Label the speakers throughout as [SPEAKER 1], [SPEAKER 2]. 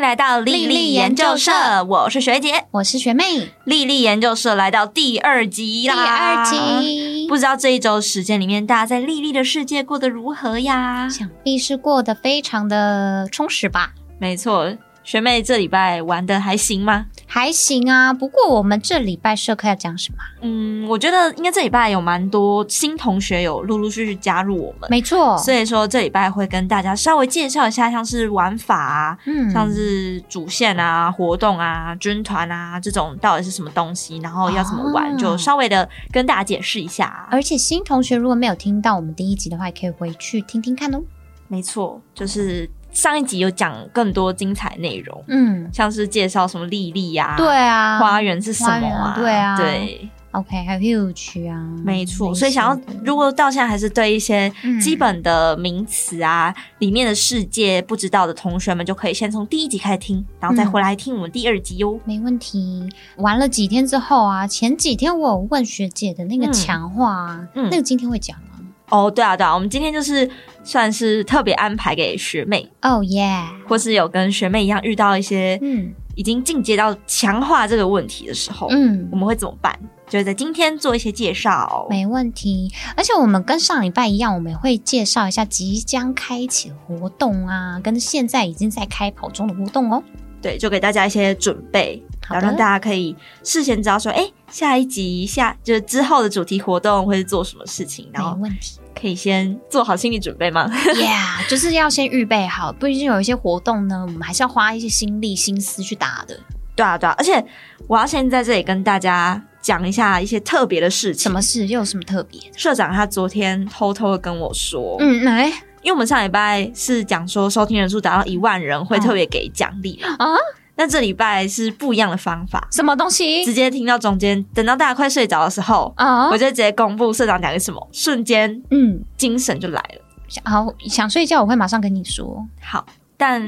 [SPEAKER 1] 来到丽丽研究社，我是学姐。
[SPEAKER 2] 我是学妹，
[SPEAKER 1] 丽丽研究社来到第二集
[SPEAKER 2] 第二
[SPEAKER 1] 啦，。
[SPEAKER 2] 集
[SPEAKER 1] 不。知道这一周时间里面，大家在丽丽的世界过得如何呀？
[SPEAKER 2] 想必是过得非常的充实吧？
[SPEAKER 1] 没错，学妹这礼拜玩的还行吗？
[SPEAKER 2] 还行啊，不过我们这礼拜社课要讲什么啊？
[SPEAKER 1] 嗯，我觉得应该这礼拜有蛮多新同学有陆陆续续加入我们，
[SPEAKER 2] 没错，
[SPEAKER 1] 呃所以说这礼拜会跟大家稍微介绍一下，像是玩法啊，
[SPEAKER 2] 嗯
[SPEAKER 1] 像是主线啊、活动啊、军团啊这种到底是什么东西，然后要怎么玩，
[SPEAKER 2] 哦
[SPEAKER 1] 就稍微的跟大家解释一下。啊
[SPEAKER 2] 而且新同学如果没有听到我们第一集的话，也可以回去听听看哦。
[SPEAKER 1] 没错，就是上一集有讲更多精彩内容，
[SPEAKER 2] 嗯，
[SPEAKER 1] 像是介绍什么莉莉呀、
[SPEAKER 2] 对啊，
[SPEAKER 1] 花园是什么啊？
[SPEAKER 2] 花园对啊
[SPEAKER 1] 对，
[SPEAKER 2] OK，还有 huge 啊，
[SPEAKER 1] 没错。所以想要
[SPEAKER 2] 类似，的
[SPEAKER 1] 如果到现在还是对一些
[SPEAKER 2] 嗯
[SPEAKER 1] 基本的名词啊、里面的世界不知道的同学们，就可以先从第一集开始听，然后
[SPEAKER 2] 嗯
[SPEAKER 1] 再回来听我们第二集哟、
[SPEAKER 2] 没问题。玩了几天之后啊，前几天我有问学姐的那个
[SPEAKER 1] 嗯
[SPEAKER 2] 强化啊，
[SPEAKER 1] 嗯
[SPEAKER 2] 那个今天会讲吗？
[SPEAKER 1] 哦，对啊，对啊，我们今天就是算是特别安排给学妹，
[SPEAKER 2] 哦耶，
[SPEAKER 1] 或是有跟学妹一样遇到一些
[SPEAKER 2] 嗯
[SPEAKER 1] 已经进阶到强化这个问题的时候，
[SPEAKER 2] 嗯
[SPEAKER 1] 我。们会怎么办？就是在今天做一些介绍。
[SPEAKER 2] 没问题，而且我们跟上礼拜一样，我们也会介绍一下即将开启的活动啊，跟现在已经在开跑中的活动哦。
[SPEAKER 1] 对，就给大家一些准备，
[SPEAKER 2] 好
[SPEAKER 1] 然后让大家
[SPEAKER 2] 的，
[SPEAKER 1] 可以事先知道说，哎，下一集下就是之后的主题活动会是做什么事情，然
[SPEAKER 2] 没
[SPEAKER 1] 后
[SPEAKER 2] 问题。
[SPEAKER 1] 可以先做好心理准备吗？
[SPEAKER 2] Yeah，就是 要先预备好，毕竟有一些活动呢，我们还是要花一些心力、心思去打的。
[SPEAKER 1] 对啊，对啊，而且我要先在这里跟大家讲一下一些特别的事情。
[SPEAKER 2] 什么事？又有什么特别的？
[SPEAKER 1] 社长他昨天偷偷的跟我说，
[SPEAKER 2] 嗯，来
[SPEAKER 1] 因为我们上礼拜是讲说收听人数达到一万人会特别给奖励嘛
[SPEAKER 2] 啊，
[SPEAKER 1] 那这礼拜是不一样的方法，
[SPEAKER 2] 什么东西
[SPEAKER 1] 直接听到中间，等到大家快睡着的时候，
[SPEAKER 2] 啊
[SPEAKER 1] 我？就直接公布社长讲的什么，瞬间
[SPEAKER 2] 嗯，
[SPEAKER 1] 精神就来了。
[SPEAKER 2] 想好想睡觉，我会马上跟你说。
[SPEAKER 1] 好，但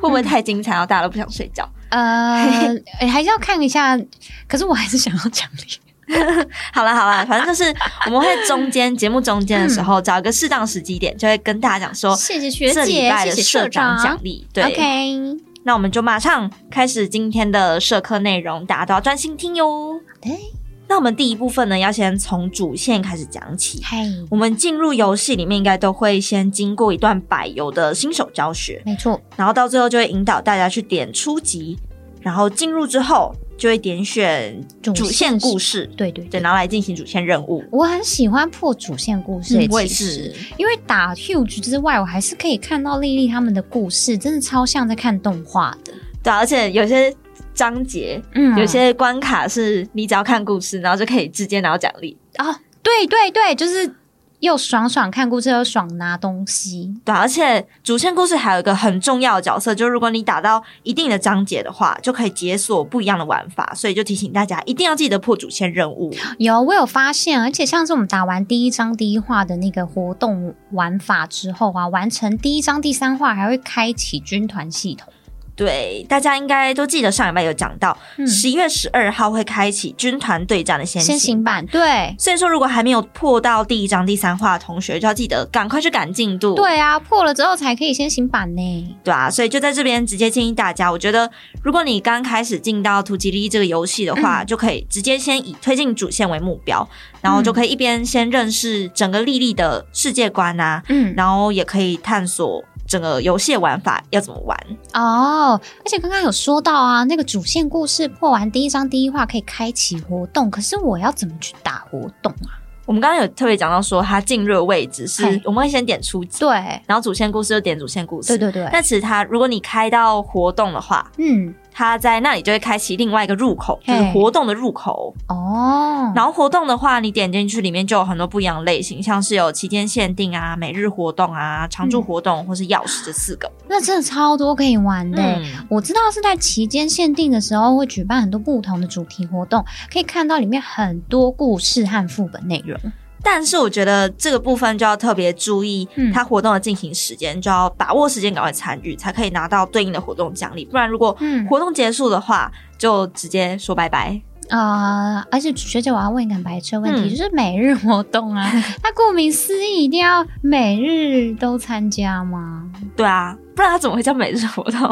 [SPEAKER 1] 会不会太精彩，然后大家都不想睡觉？
[SPEAKER 2] 呃，诶还是要看一下，可是我还是想要奖励。
[SPEAKER 1] 好啦好 啦，反正就是我们会中间节目中间的时候，找一个适当时机点，就会跟大家讲说。
[SPEAKER 2] 谢谢嗯学
[SPEAKER 1] 哦这礼
[SPEAKER 2] 姐，
[SPEAKER 1] 拜
[SPEAKER 2] 谢
[SPEAKER 1] 的
[SPEAKER 2] 谢
[SPEAKER 1] 社
[SPEAKER 2] 社
[SPEAKER 1] 长
[SPEAKER 2] 长
[SPEAKER 1] 奖励，对
[SPEAKER 2] OK，
[SPEAKER 1] 那我们就马上开始今天的社课内容，大家都要专心听哟。
[SPEAKER 2] 对，
[SPEAKER 1] 那我们第一部分呢，要先从主线开始讲起。
[SPEAKER 2] 嘿，
[SPEAKER 1] 我们进入游戏里面，应该都会先经过一段柏油的新手教学，
[SPEAKER 2] 没错，
[SPEAKER 1] 然后到最后就会引导大家去点初级，然后进入之后就会点选
[SPEAKER 2] 主
[SPEAKER 1] 主线故事，
[SPEAKER 2] 对对对
[SPEAKER 1] 对，。然后来进行主线任务。
[SPEAKER 2] 我很喜欢破主线故事、
[SPEAKER 1] 嗯我也
[SPEAKER 2] 其实，
[SPEAKER 1] 是，
[SPEAKER 2] 因为打 huge 之外，我还是可以看到丽丽他们的故事，真的超像在看动画的。
[SPEAKER 1] 对啊、而且有些章节、
[SPEAKER 2] 嗯
[SPEAKER 1] 有些关卡是你只要看故事，然后就可以直接拿到奖励。
[SPEAKER 2] 哦，对对对，就是又爽爽看故事，又爽拿东西。
[SPEAKER 1] 对啊，而且主线故事还有一个很重要的角色，就是如果你打到一定的章节的话，就可以解锁不一样的玩法。所以就提醒大家一定要记得破主线任 务。
[SPEAKER 2] 有，我有发现，而且像是我们打完第一章第一话的那个活动玩法之后啊，完成第一章第三话，还会开启军团系统。
[SPEAKER 1] 对，大家应该都记得上礼拜有讲到，
[SPEAKER 2] 嗯，
[SPEAKER 1] 十一月十二号会开启军团对战的先
[SPEAKER 2] 先行版，对。
[SPEAKER 1] 所以说，如果还没有破到第一章、第三话的同学，就要记得赶快去赶进度。
[SPEAKER 2] 对啊，破了之后才可以先行版呢。
[SPEAKER 1] 对啊，所以就在这边直接建议大家，我觉得如果你刚开始进到突击力这个游戏的
[SPEAKER 2] 嗯
[SPEAKER 1] 话，就可以直接先以推进主线为目标，然后就可以一边先认识整个莉莉的世界观啊，
[SPEAKER 2] 嗯，
[SPEAKER 1] 然后也可以探索整个游戏的玩法要怎么玩。
[SPEAKER 2] 哦，而且刚刚有说到啊，那个主线故事破完第一章第一话可以开启活动，可是我要怎么去打活动啊？
[SPEAKER 1] 我们刚刚有特别讲到说，它进入的位置是
[SPEAKER 2] 嘿
[SPEAKER 1] 我们会先点初级，
[SPEAKER 2] 对，
[SPEAKER 1] 然后主线故事就点主线故事。
[SPEAKER 2] 对。对对，
[SPEAKER 1] 但其实它如果你开到活动的话，
[SPEAKER 2] 嗯，
[SPEAKER 1] 它在那里就会开启另外一个入口，就是
[SPEAKER 2] 嘿
[SPEAKER 1] 活动的入口。
[SPEAKER 2] 哦，
[SPEAKER 1] 然后活动的话，你点进去里面就有很多不一样的类型，像是有期间限定啊、每日活动啊、常驻活动、或是钥匙这四个。
[SPEAKER 2] 那真的超多可以玩的欸。
[SPEAKER 1] 嗯，
[SPEAKER 2] 我知道是在期间限定的时候会举办很多不同的主题活动，可以看到里面很多故事和副本内容。
[SPEAKER 1] 但是我觉得这个部分就要特别注意
[SPEAKER 2] 嗯，
[SPEAKER 1] 它活动的进行时间，就要把握时间赶快参与，才可以拿到对应的活动奖励。不然如果
[SPEAKER 2] 嗯
[SPEAKER 1] 活动结束的话，就直接说拜拜。
[SPEAKER 2] 啊、而且学姐，我要问一个很白痴的问题，
[SPEAKER 1] 嗯
[SPEAKER 2] 就是每日活动 啊，那顾名思义一定要每日都参加吗？
[SPEAKER 1] 对啊，不然它怎么会叫每日活动？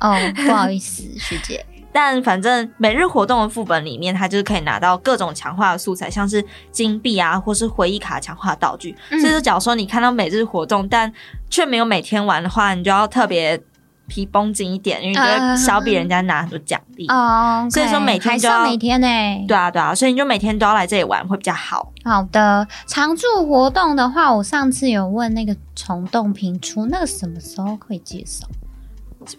[SPEAKER 2] 哦，不好意思，学 姐。
[SPEAKER 1] 但反正每日活动的副本里面，它就是可以拿到各种强化的素材，像是金币啊，或是回忆卡强化道具。
[SPEAKER 2] 嗯
[SPEAKER 1] 所以说，假如说你看到每日活动，但却没有每天玩的话，你就要特别皮绷紧一点，因为你就会少比人家拿很多奖励。
[SPEAKER 2] 哦，
[SPEAKER 1] 所以说每天
[SPEAKER 2] 还
[SPEAKER 1] 就是要
[SPEAKER 2] 每天呢、
[SPEAKER 1] 对啊，对啊，所以你就每天都要来这里玩会比较好。
[SPEAKER 2] 好的，常驻活动的话，我上次有问那个虫洞频出，那个什么时候可以介绍？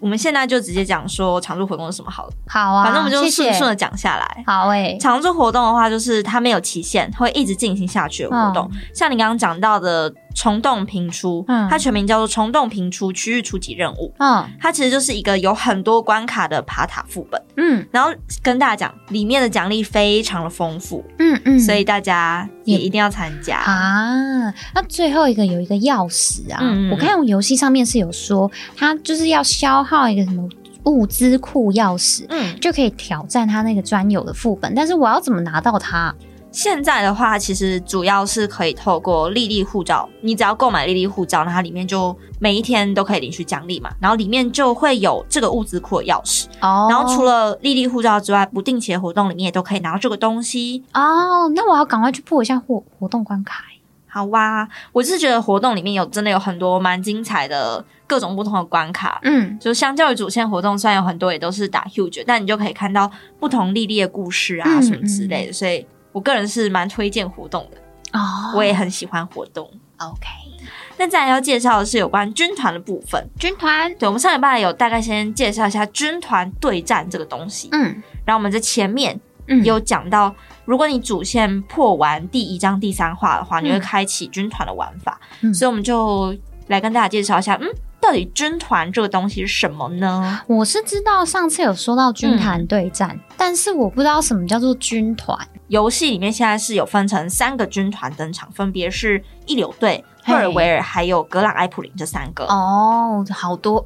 [SPEAKER 1] 我们现在就直接讲说常驻活动是什么好了，
[SPEAKER 2] 好啊，
[SPEAKER 1] 反正我们就
[SPEAKER 2] 谢
[SPEAKER 1] 顺
[SPEAKER 2] 谢
[SPEAKER 1] 顺的讲下来。
[SPEAKER 2] 好诶、
[SPEAKER 1] 常驻活动的话，就是它没有期限，会一直进行下去的活动。像你刚刚讲到的虫洞频出，
[SPEAKER 2] 嗯
[SPEAKER 1] 它全名叫做虫洞频出区域初级任务。
[SPEAKER 2] 嗯
[SPEAKER 1] 它其实就是一个有很多关卡的爬塔副本，
[SPEAKER 2] 嗯
[SPEAKER 1] 然后跟大家讲，里面的奖励非常的丰富，
[SPEAKER 2] 嗯嗯，
[SPEAKER 1] 所以大家也
[SPEAKER 2] 也
[SPEAKER 1] 一定要参加。
[SPEAKER 2] 啊，那最后一个有一个钥匙啊，
[SPEAKER 1] 嗯嗯嗯
[SPEAKER 2] 我看我游戏上面是有说，它就是要消耗一个什么物资库钥匙。
[SPEAKER 1] 嗯，
[SPEAKER 2] 就可以挑战它那个专有的副本，但是我要怎么拿到它？
[SPEAKER 1] 现在的话，其实主要是可以透过莉莉护照，你只要购买莉莉护照，那它里面就每一天都可以领取奖励嘛，然后里面就会有这个物资库的钥匙。
[SPEAKER 2] 哦
[SPEAKER 1] 然后除了莉莉护照之外，不定期的活动里面也都可以拿到这个东西。
[SPEAKER 2] 哦，那我要赶快去破一下活活动关卡欸。
[SPEAKER 1] 好哇、我是觉得活动里面有真的有很多蛮精彩的各种不同的关卡。
[SPEAKER 2] 嗯
[SPEAKER 1] 就相较于主线活动，虽然有很多也都是打 huge，但你就可以看到不同莉莉的故事啊
[SPEAKER 2] 嗯
[SPEAKER 1] 什么之类的，所以我个人是蛮推荐活动的，
[SPEAKER 2] 哦，
[SPEAKER 1] 我也很喜欢活动。
[SPEAKER 2] OK。
[SPEAKER 1] 那再来要介绍的是有关军团的部分。
[SPEAKER 2] 军团，
[SPEAKER 1] 对，我们上礼拜有大概先介绍一下军团对战这个东西，
[SPEAKER 2] 嗯
[SPEAKER 1] 然后我们在前面
[SPEAKER 2] 嗯，
[SPEAKER 1] 有讲到，如果你主线破完第一章第三话的话，你会开启军团的玩法，
[SPEAKER 2] 嗯
[SPEAKER 1] 所以我们就来跟大家介绍一下，嗯，到底军团这个东西是什么呢？
[SPEAKER 2] 我是知道上次有说到军团对战，但是我不知道什么叫做军团。
[SPEAKER 1] 游戏里面现在是有分成三个军团登场，分别是一流队、
[SPEAKER 2] 嘿
[SPEAKER 1] 赫尔维尔还有格朗埃普林这三个，
[SPEAKER 2] 哦，好多，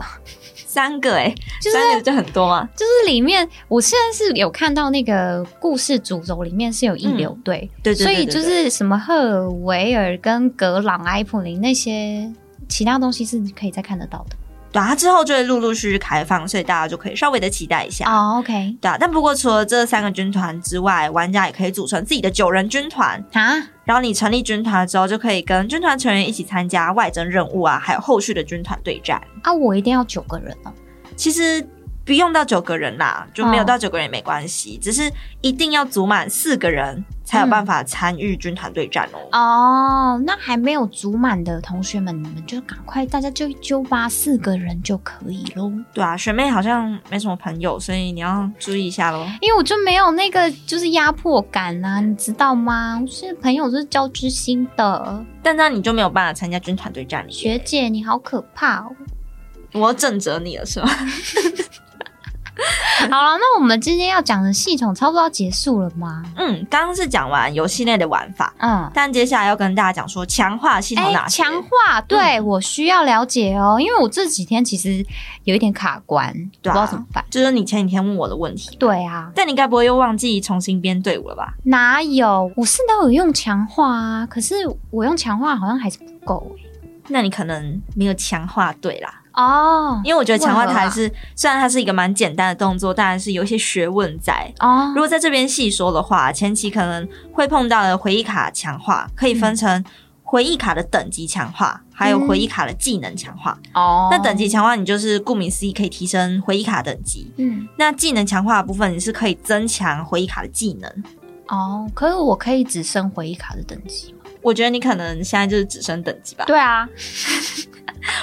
[SPEAKER 1] 三个哎、欸，
[SPEAKER 2] 就是
[SPEAKER 1] 三个就很多嘛。
[SPEAKER 2] 就是里面我现在是有看到那个故事主轴里面是有一流队，
[SPEAKER 1] 对对对
[SPEAKER 2] 所以
[SPEAKER 1] 对
[SPEAKER 2] 就
[SPEAKER 1] 对
[SPEAKER 2] 是什么赫尔维尔跟格朗埃普林那些其他东西是可以再看得到的。
[SPEAKER 1] 对啊，它之后就会陆陆续续开放，所以大家就可以稍微的期待一下。
[SPEAKER 2] 哦，OK，
[SPEAKER 1] 对啊，但不过除了这三个军团之外，玩家也可以组成自己的九人军团，
[SPEAKER 2] 啊，
[SPEAKER 1] 然后你成立军团之后，就可以跟军团成员一起参加外征任务啊，还有后续的军团对战。
[SPEAKER 2] 啊，我一定要九个人哦。
[SPEAKER 1] 其实不用到九个人啦，就没有
[SPEAKER 2] 哦
[SPEAKER 1] 到九个人也没关系，只是一定要组满四个人才有办法参与军团对战哦。
[SPEAKER 2] 哦，那还没有组满的同学们，你们就赶快，大家就一揪吧，四个人就可以喽。
[SPEAKER 1] 对啊，学妹好像没什么朋友，所以你要注意一下喽。
[SPEAKER 2] 因为我就没有那个就是压迫感呐、你知道吗？我是朋友是交之心的
[SPEAKER 1] 但这样你就没有办法参加军团对战了耶。
[SPEAKER 2] 学姐，你好可怕 哦。
[SPEAKER 1] 我要正责你了是吗？
[SPEAKER 2] 好了，那我们今天要讲的系统差不多要结束了吗？
[SPEAKER 1] 嗯，刚刚是讲完游戏内的玩法，
[SPEAKER 2] 嗯，
[SPEAKER 1] 但接下来要跟大家讲说强化系统
[SPEAKER 2] 哎
[SPEAKER 1] 哪，些。
[SPEAKER 2] 强化，对、我需要了解哦，因为我这几天其实有一点卡关，
[SPEAKER 1] 对啊
[SPEAKER 2] 不知道怎么办。
[SPEAKER 1] 就是你前几天问我的问题，
[SPEAKER 2] 对啊，
[SPEAKER 1] 但你该不会又忘记重新编队伍了吧？
[SPEAKER 2] 哪有？我是都有用强化啊，可是我用强化好像还是不够哎、
[SPEAKER 1] 那你可能没有强化对啦，
[SPEAKER 2] 哦
[SPEAKER 1] 因为我觉得强化它
[SPEAKER 2] 为何啊
[SPEAKER 1] 还是虽然它是一个蛮简单的动作，但还是有一些学问在。
[SPEAKER 2] 哦
[SPEAKER 1] 如，果在这边细说的话，前期可能会碰到的回忆卡强化可以分成回忆卡的等级强化，还有回忆卡的技能强化。
[SPEAKER 2] 哦
[SPEAKER 1] 那等级强化，你就是顾名思义可以提升回忆卡等级。
[SPEAKER 2] 嗯
[SPEAKER 1] 那技能强化的部分，你是可以增强回忆卡的技能。
[SPEAKER 2] 哦，可是我可以只升回忆卡的等级吗？
[SPEAKER 1] 我觉得你可能现在就是只升等级吧。
[SPEAKER 2] 对啊，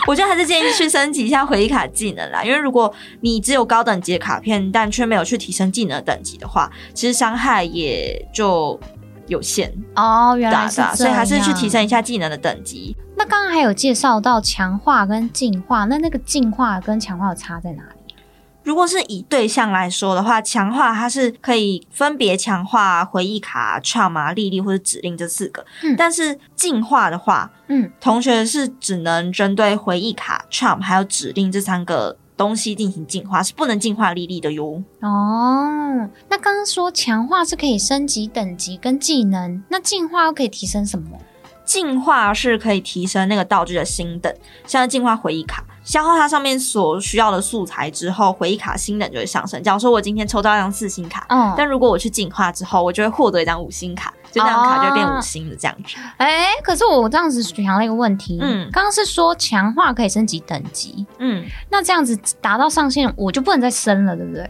[SPEAKER 1] 我觉得还是建议去升级一下回忆卡技能啦，因为如果你只有高等级的卡片，但却没有去提升技能等级的话，其实伤害也就有限，
[SPEAKER 2] 哦，原
[SPEAKER 1] 对
[SPEAKER 2] 来
[SPEAKER 1] 啊
[SPEAKER 2] 是
[SPEAKER 1] 对
[SPEAKER 2] 这
[SPEAKER 1] 啊，
[SPEAKER 2] 样，
[SPEAKER 1] 所以还是去提。升一下技能的等级。
[SPEAKER 2] 那刚刚还有介绍到强化跟进化，那那个进化跟强化的差在哪里？
[SPEAKER 1] 如果是以对象来说的话，强化它是可以分别强化回忆卡、trauma、莉莉或者指令这四个，
[SPEAKER 2] 嗯
[SPEAKER 1] 但是进化的话，
[SPEAKER 2] 嗯，
[SPEAKER 1] 同学是只能针对回忆卡、trauma 还有指令这三个东西进行进化，是不能进化莉莉的哟。
[SPEAKER 2] 哦，那刚刚说强化是可以升级等级跟技能，那进化又可以提升什么？
[SPEAKER 1] 进化是可以提升那个道具的星等，像是进化回忆卡，消耗它上面所需要的素材之后，回忆卡星等就会上升。假如说我今天抽到一张四星卡，
[SPEAKER 2] 嗯，
[SPEAKER 1] 但如果我去进化之后，我就会获得一张五星卡，就那张卡就会变五星的这样子。
[SPEAKER 2] 哎、可是我这样子想了一个问题，
[SPEAKER 1] 嗯
[SPEAKER 2] 刚刚是说强化可以升级等级，
[SPEAKER 1] 嗯，
[SPEAKER 2] 那这样子达到上限，我就不能再升了，对不对？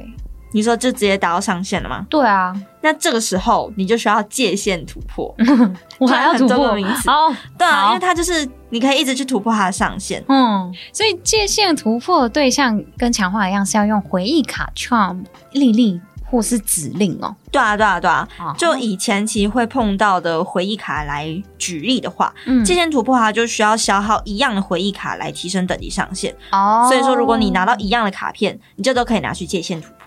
[SPEAKER 1] 你说就直接达到上限了吗？
[SPEAKER 2] 对啊，
[SPEAKER 1] 那这个时候你就需要界限突 破，
[SPEAKER 2] 我还要
[SPEAKER 1] 很
[SPEAKER 2] 突
[SPEAKER 1] 多
[SPEAKER 2] 破
[SPEAKER 1] 个名词
[SPEAKER 2] 哦，
[SPEAKER 1] 对啊，
[SPEAKER 2] 好
[SPEAKER 1] 因为它就是你可以一直去突破它的上限。
[SPEAKER 2] 嗯，所以界限突破的对象跟强化一样，是要用回忆卡、charm、莉莉或是指令哦。
[SPEAKER 1] 对啊，对啊，对啊。
[SPEAKER 2] 哦
[SPEAKER 1] 就以前其实会碰到的回忆卡来举例的话，
[SPEAKER 2] 嗯
[SPEAKER 1] 界限突破它就需要消耗一样的回忆卡来提升等级上限。
[SPEAKER 2] 哦
[SPEAKER 1] 所以说，如果你拿到一样的卡片，你就都可以拿去界限突破。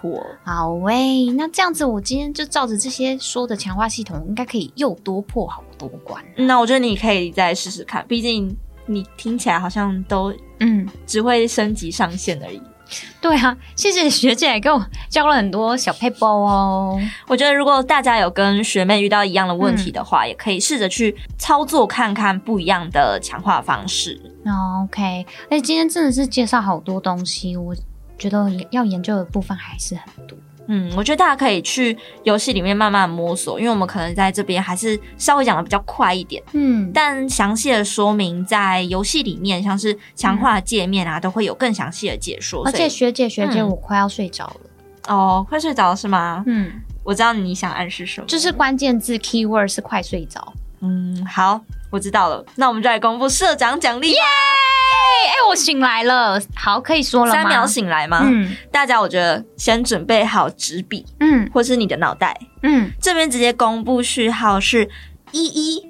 [SPEAKER 2] 好喂、那这样子，我今天就照着这些说的强化系统，应该可以又多破好多关。
[SPEAKER 1] 那我觉得你可以再试试看，毕竟你听起来好像都
[SPEAKER 2] 嗯，
[SPEAKER 1] 只会升级上限而已。
[SPEAKER 2] 对啊，谢谢学姐给我教了很多小配包哦。
[SPEAKER 1] 我觉得如果大家有跟学妹遇到一样的问题的话，
[SPEAKER 2] 嗯
[SPEAKER 1] 也可以试着去操作看看不一样的强化方式。
[SPEAKER 2] 那哦 OK，而且今天真的是介绍好多东西，我觉得要研究的部分还是很多。
[SPEAKER 1] 嗯，我觉得大家可以去游戏里面慢慢摸索，因为我们可能在这边还是稍微讲的比较快一点，
[SPEAKER 2] 嗯，
[SPEAKER 1] 但详细的说明在游戏里面，像是强化界面啊，都会有更详细的解说。
[SPEAKER 2] 而且
[SPEAKER 1] 所
[SPEAKER 2] 学姐学姐，
[SPEAKER 1] 嗯
[SPEAKER 2] 我快要睡着了。
[SPEAKER 1] 以哦，快睡着了是吗？
[SPEAKER 2] 嗯。
[SPEAKER 1] 我知道你想暗示什么，
[SPEAKER 2] 就是关键字 keyword 是快睡着。
[SPEAKER 1] 嗯，好，我知道了，那我们就来公布社长奖励吧，
[SPEAKER 2] 哎、哎、我醒来了，好，可以说了吗？
[SPEAKER 1] 三秒醒来吗？
[SPEAKER 2] 嗯
[SPEAKER 1] 大家我觉得先准备好纸笔
[SPEAKER 2] 嗯
[SPEAKER 1] 或是你的脑袋，
[SPEAKER 2] 嗯，
[SPEAKER 1] 这边直接公布序号是一一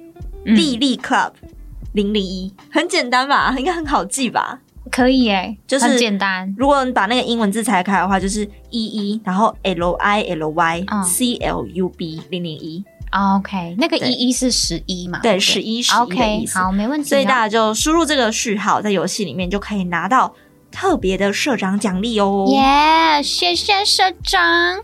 [SPEAKER 2] 嗯
[SPEAKER 1] 丽丽 Club 零零一，很简单吧？应该很好记吧？
[SPEAKER 2] 可以哎、
[SPEAKER 1] 就是
[SPEAKER 2] 很简单。
[SPEAKER 1] 如果你把那个英文字拆开的话，就是一一，然后 L I L Y
[SPEAKER 2] 嗯
[SPEAKER 1] C L U B 零零一，
[SPEAKER 2] 哦 OK，那个
[SPEAKER 1] 对
[SPEAKER 2] 一一是十一嘛？
[SPEAKER 1] 对，
[SPEAKER 2] 不
[SPEAKER 1] 十一十一的意
[SPEAKER 2] 啊 OK，
[SPEAKER 1] 思。
[SPEAKER 2] 好，没问题啊。
[SPEAKER 1] 所以大家就输入这个序号，在游戏里面就可以拿到特别的社长奖励哦。
[SPEAKER 2] 耶谢谢社长。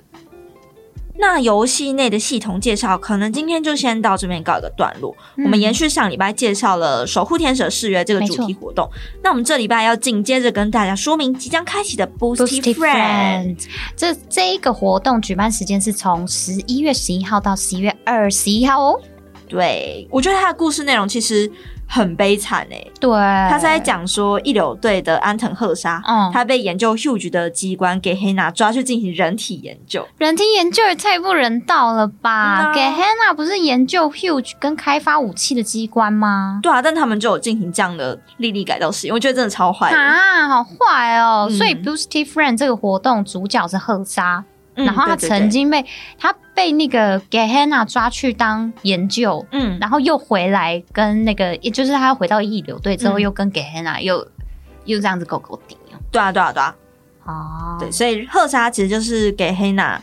[SPEAKER 1] 那游戏内的系统介绍，可能今天就先到这边告一个段落。我们
[SPEAKER 2] 嗯
[SPEAKER 1] 延续上礼拜介绍了守护天使誓约这个主题活动，那我们这礼拜要紧接着跟大家说明即将开启的 Boosty Friend。
[SPEAKER 2] Boosty Friend，这这一个活动举办时间是从十一月十一号到十一月二十一号哦。
[SPEAKER 1] 对，我觉得他的故事内容其实很悲惨欸诶、
[SPEAKER 2] 对，
[SPEAKER 1] 他
[SPEAKER 2] 他
[SPEAKER 1] 是在，讲说一流队的安藤赫沙，
[SPEAKER 2] 呃嗯，
[SPEAKER 1] 他被研究 huge 的机关给黑娜抓去进行人体研究。
[SPEAKER 2] 人体研究也太不人道了
[SPEAKER 1] 嗯
[SPEAKER 2] 吧！
[SPEAKER 1] 啊
[SPEAKER 2] 给 Hannah 不是研究 Huge 跟开发武器的机关吗？
[SPEAKER 1] 对啊，但他们就有进行这样的莉莉改造实验，我觉得真的超坏的。
[SPEAKER 2] 啊，好坏哦！
[SPEAKER 1] 嗯
[SPEAKER 2] 所以 Boosty Friend 这个活动主角是赫沙，
[SPEAKER 1] 嗯
[SPEAKER 2] 然后他
[SPEAKER 1] 对对对
[SPEAKER 2] 曾经被他被那个给 Hannah 抓去当研究，
[SPEAKER 1] 嗯
[SPEAKER 2] 然后又回来跟那个，也就是他回到一流队之后，
[SPEAKER 1] 嗯
[SPEAKER 2] 又跟给 Hannah 又又这样子狗狗顶哦。
[SPEAKER 1] 对啊对啊对啊，
[SPEAKER 2] 哦，
[SPEAKER 1] 对，所以赫沙其实就是给黑娜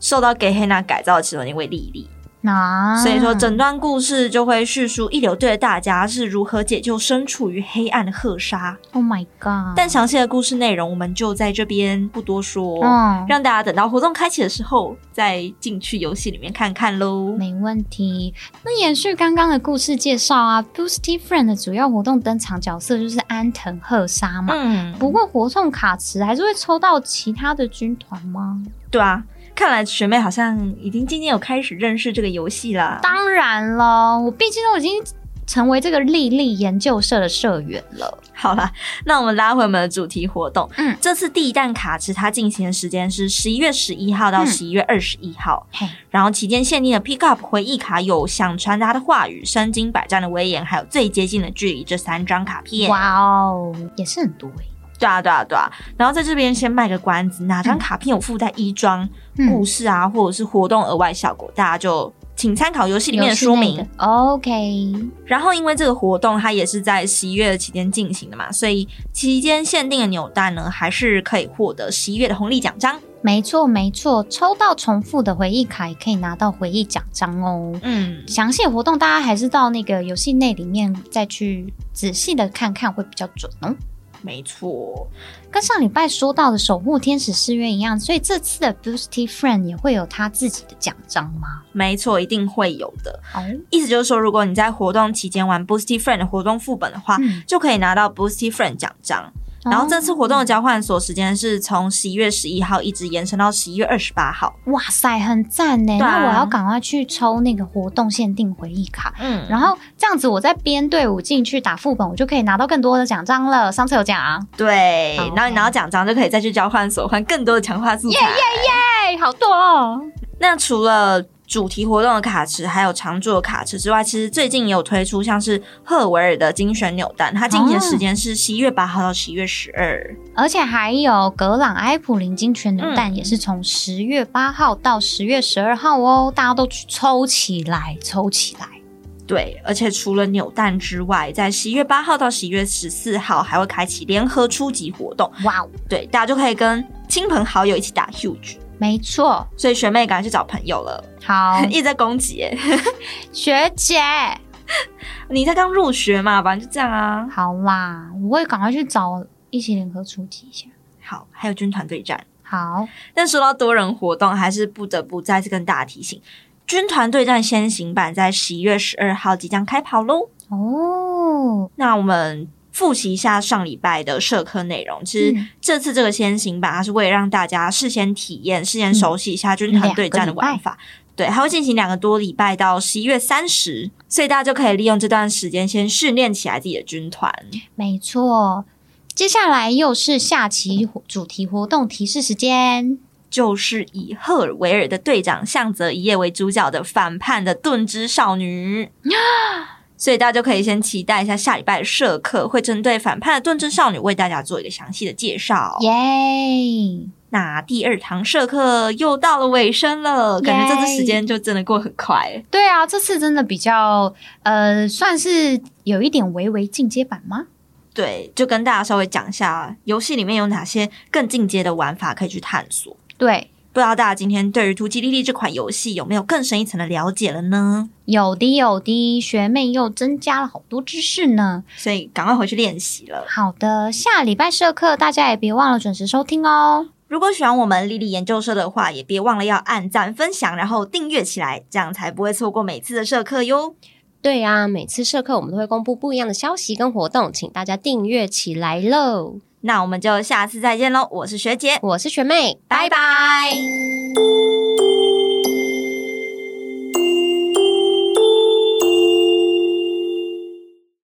[SPEAKER 1] 受到给黑娜改造的其中一位莉莉，
[SPEAKER 2] 那
[SPEAKER 1] 所以说整段故事就会叙述一流队的大家是如何解救身处于黑暗的赫沙。
[SPEAKER 2] Oh my God！
[SPEAKER 1] 但详细的故事内容我们就在这边不多说，
[SPEAKER 2] 嗯，
[SPEAKER 1] 让大家等到活动开启的时候再进去游戏里面看看喽。
[SPEAKER 2] 没问题。那延续刚刚的故事介绍啊，Boosty Friend 的主要活动登场角色就是安藤赫沙嘛。
[SPEAKER 1] 嗯，
[SPEAKER 2] 不过活动卡池还是会抽到其他的军团吗？
[SPEAKER 1] 对啊，看来学妹好像已经渐渐有开始认识这个游戏啦。
[SPEAKER 2] 当然了，我毕竟都已经成为这个莉莉研究社的社员了。
[SPEAKER 1] 好啦，那我们拉回我们的主题活动。
[SPEAKER 2] 嗯
[SPEAKER 1] 嗯，这次第一弹卡池它进行的时间是十一月十一号到
[SPEAKER 2] 嗯
[SPEAKER 1] 十一月二十一号，
[SPEAKER 2] 嘿，
[SPEAKER 1] 然后期间限定的 Pick Up 回忆卡有想传达的话语、身经百战的威严，还有最接近的距离这三张卡片。
[SPEAKER 2] 哇哦，也是很多哎、
[SPEAKER 1] 对啊，对啊，对啊。然后在这边先卖个关子，哪张卡片有附带衣装、故
[SPEAKER 2] 嗯，
[SPEAKER 1] 事啊，或者是活动额外效果，大家就请参考游戏里面的说
[SPEAKER 2] 游戏
[SPEAKER 1] 明
[SPEAKER 2] 内。的 OK，
[SPEAKER 1] 然后，因为这个活动它也是在十一月的期间进行的嘛，所以期间限定的扭蛋呢，还是可以获得十一月的红利奖章。
[SPEAKER 2] 没错没错，抽到重复的回忆卡也可以拿到回忆奖章哦。
[SPEAKER 1] 嗯，
[SPEAKER 2] 详细的活动大家还是到那个游戏内里面再去仔细的看看会比较准哦。
[SPEAKER 1] 没错，
[SPEAKER 2] 跟上礼拜说到的守护天使誓约一样，所以这次的 Boosty Friend 也会有他自己的奖章吗？
[SPEAKER 1] 没错，一定会有的。
[SPEAKER 2] 哦，
[SPEAKER 1] 意思就是说，如果你在活动期间玩 Boosty Friend 的活动副本的话，
[SPEAKER 2] 嗯哦
[SPEAKER 1] 就可以拿到 Boosty Friend 奖章。然后这次活动的交换所时间是从十一月十一号一直延伸到十一月二十八号。
[SPEAKER 2] 哇塞，很赞呢！
[SPEAKER 1] 对啊
[SPEAKER 2] 那我要赶快去抽那个活动限定回忆卡。
[SPEAKER 1] 嗯，
[SPEAKER 2] 然后这样子，我在编队伍进去打副本，我就可以拿到更多的奖章了。上次有讲，啊
[SPEAKER 1] 对
[SPEAKER 2] 好，
[SPEAKER 1] 然后你拿到奖章就可以再去交换所换更多的强化素材。
[SPEAKER 2] 哎，好多哦！
[SPEAKER 1] 那除了主题活动的卡池，还有常驻的卡池之外，其实最近也有推出像是赫维尔的精选扭蛋，它进行的时间是十一月八号到十一月十二。
[SPEAKER 2] 而且还有格朗埃普林金泉扭蛋，
[SPEAKER 1] 嗯
[SPEAKER 2] 也是从十月八号到十月十二号哦，大家都去抽起来，抽起来。
[SPEAKER 1] 对，而且除了扭蛋之外，在十一月八号到十一月十四号还会开启联合初级活动，
[SPEAKER 2] 哇哦，
[SPEAKER 1] 对，大家就可以跟亲朋好友一起打 huge。
[SPEAKER 2] 没错，
[SPEAKER 1] 所以学妹赶快去找朋友了，
[SPEAKER 2] 好
[SPEAKER 1] 一直在攻击耶。
[SPEAKER 2] 学姐，
[SPEAKER 1] 你才刚入学嘛，反正就这样啊。
[SPEAKER 2] 好啦，我会赶快去找一起联合出击一下。
[SPEAKER 1] 好，还有军团对战。
[SPEAKER 2] 好，
[SPEAKER 1] 但说到多人活动，还是不得不再次跟大家提醒，军团对战先行版在十一月十二号即将开跑喽。
[SPEAKER 2] 哦，
[SPEAKER 1] 那我们复习一下上礼拜的社科内容。其实
[SPEAKER 2] 嗯
[SPEAKER 1] 这次这个先行版，它是为了让大家事先体验、事先熟悉一下军团对战的玩法。对，它会进行两个多礼拜到十一月三十，所以大家就可以利用这段时间先训练起来自己的军团。
[SPEAKER 2] 没错。接下来又是下期活主题活动提示时间，
[SPEAKER 1] 就是以赫尔维尔的队长向泽一夜为主角的反叛的盾之少女。所以大家就可以先期待一下下礼拜的社课，会针对反叛的盾之少女为大家做一个详细的介绍。
[SPEAKER 2] 耶、
[SPEAKER 1] 那第二堂社课又到了尾声了，感觉这次时间就真的过很快。
[SPEAKER 2] 对啊，这次真的比较呃，算是有一点微微进阶版吗？
[SPEAKER 1] 对，就跟大家稍微讲一下游戏里面有哪些更进阶的玩法可以去探索。
[SPEAKER 2] 对，
[SPEAKER 1] 不知道大家今天对于《突击莉莉》这款游戏有没有更深一层的了解了呢？
[SPEAKER 2] 有的有的，学妹又增加了好多知识呢。
[SPEAKER 1] 所以赶快回去练习了。
[SPEAKER 2] 好的，下礼拜社课大家也别忘了准时收听哦。
[SPEAKER 1] 如果喜欢我们莉莉研究社的话，也别忘了要按赞、分享，然后订阅起来，这样才不会错过每次的社课哟。
[SPEAKER 3] 对啊，每次社课我们都会公布不一样的消息跟活动，请大家订阅起来喽！
[SPEAKER 1] 那我们就下次再见喽！我是学姐，
[SPEAKER 3] 我是学妹，
[SPEAKER 1] 拜拜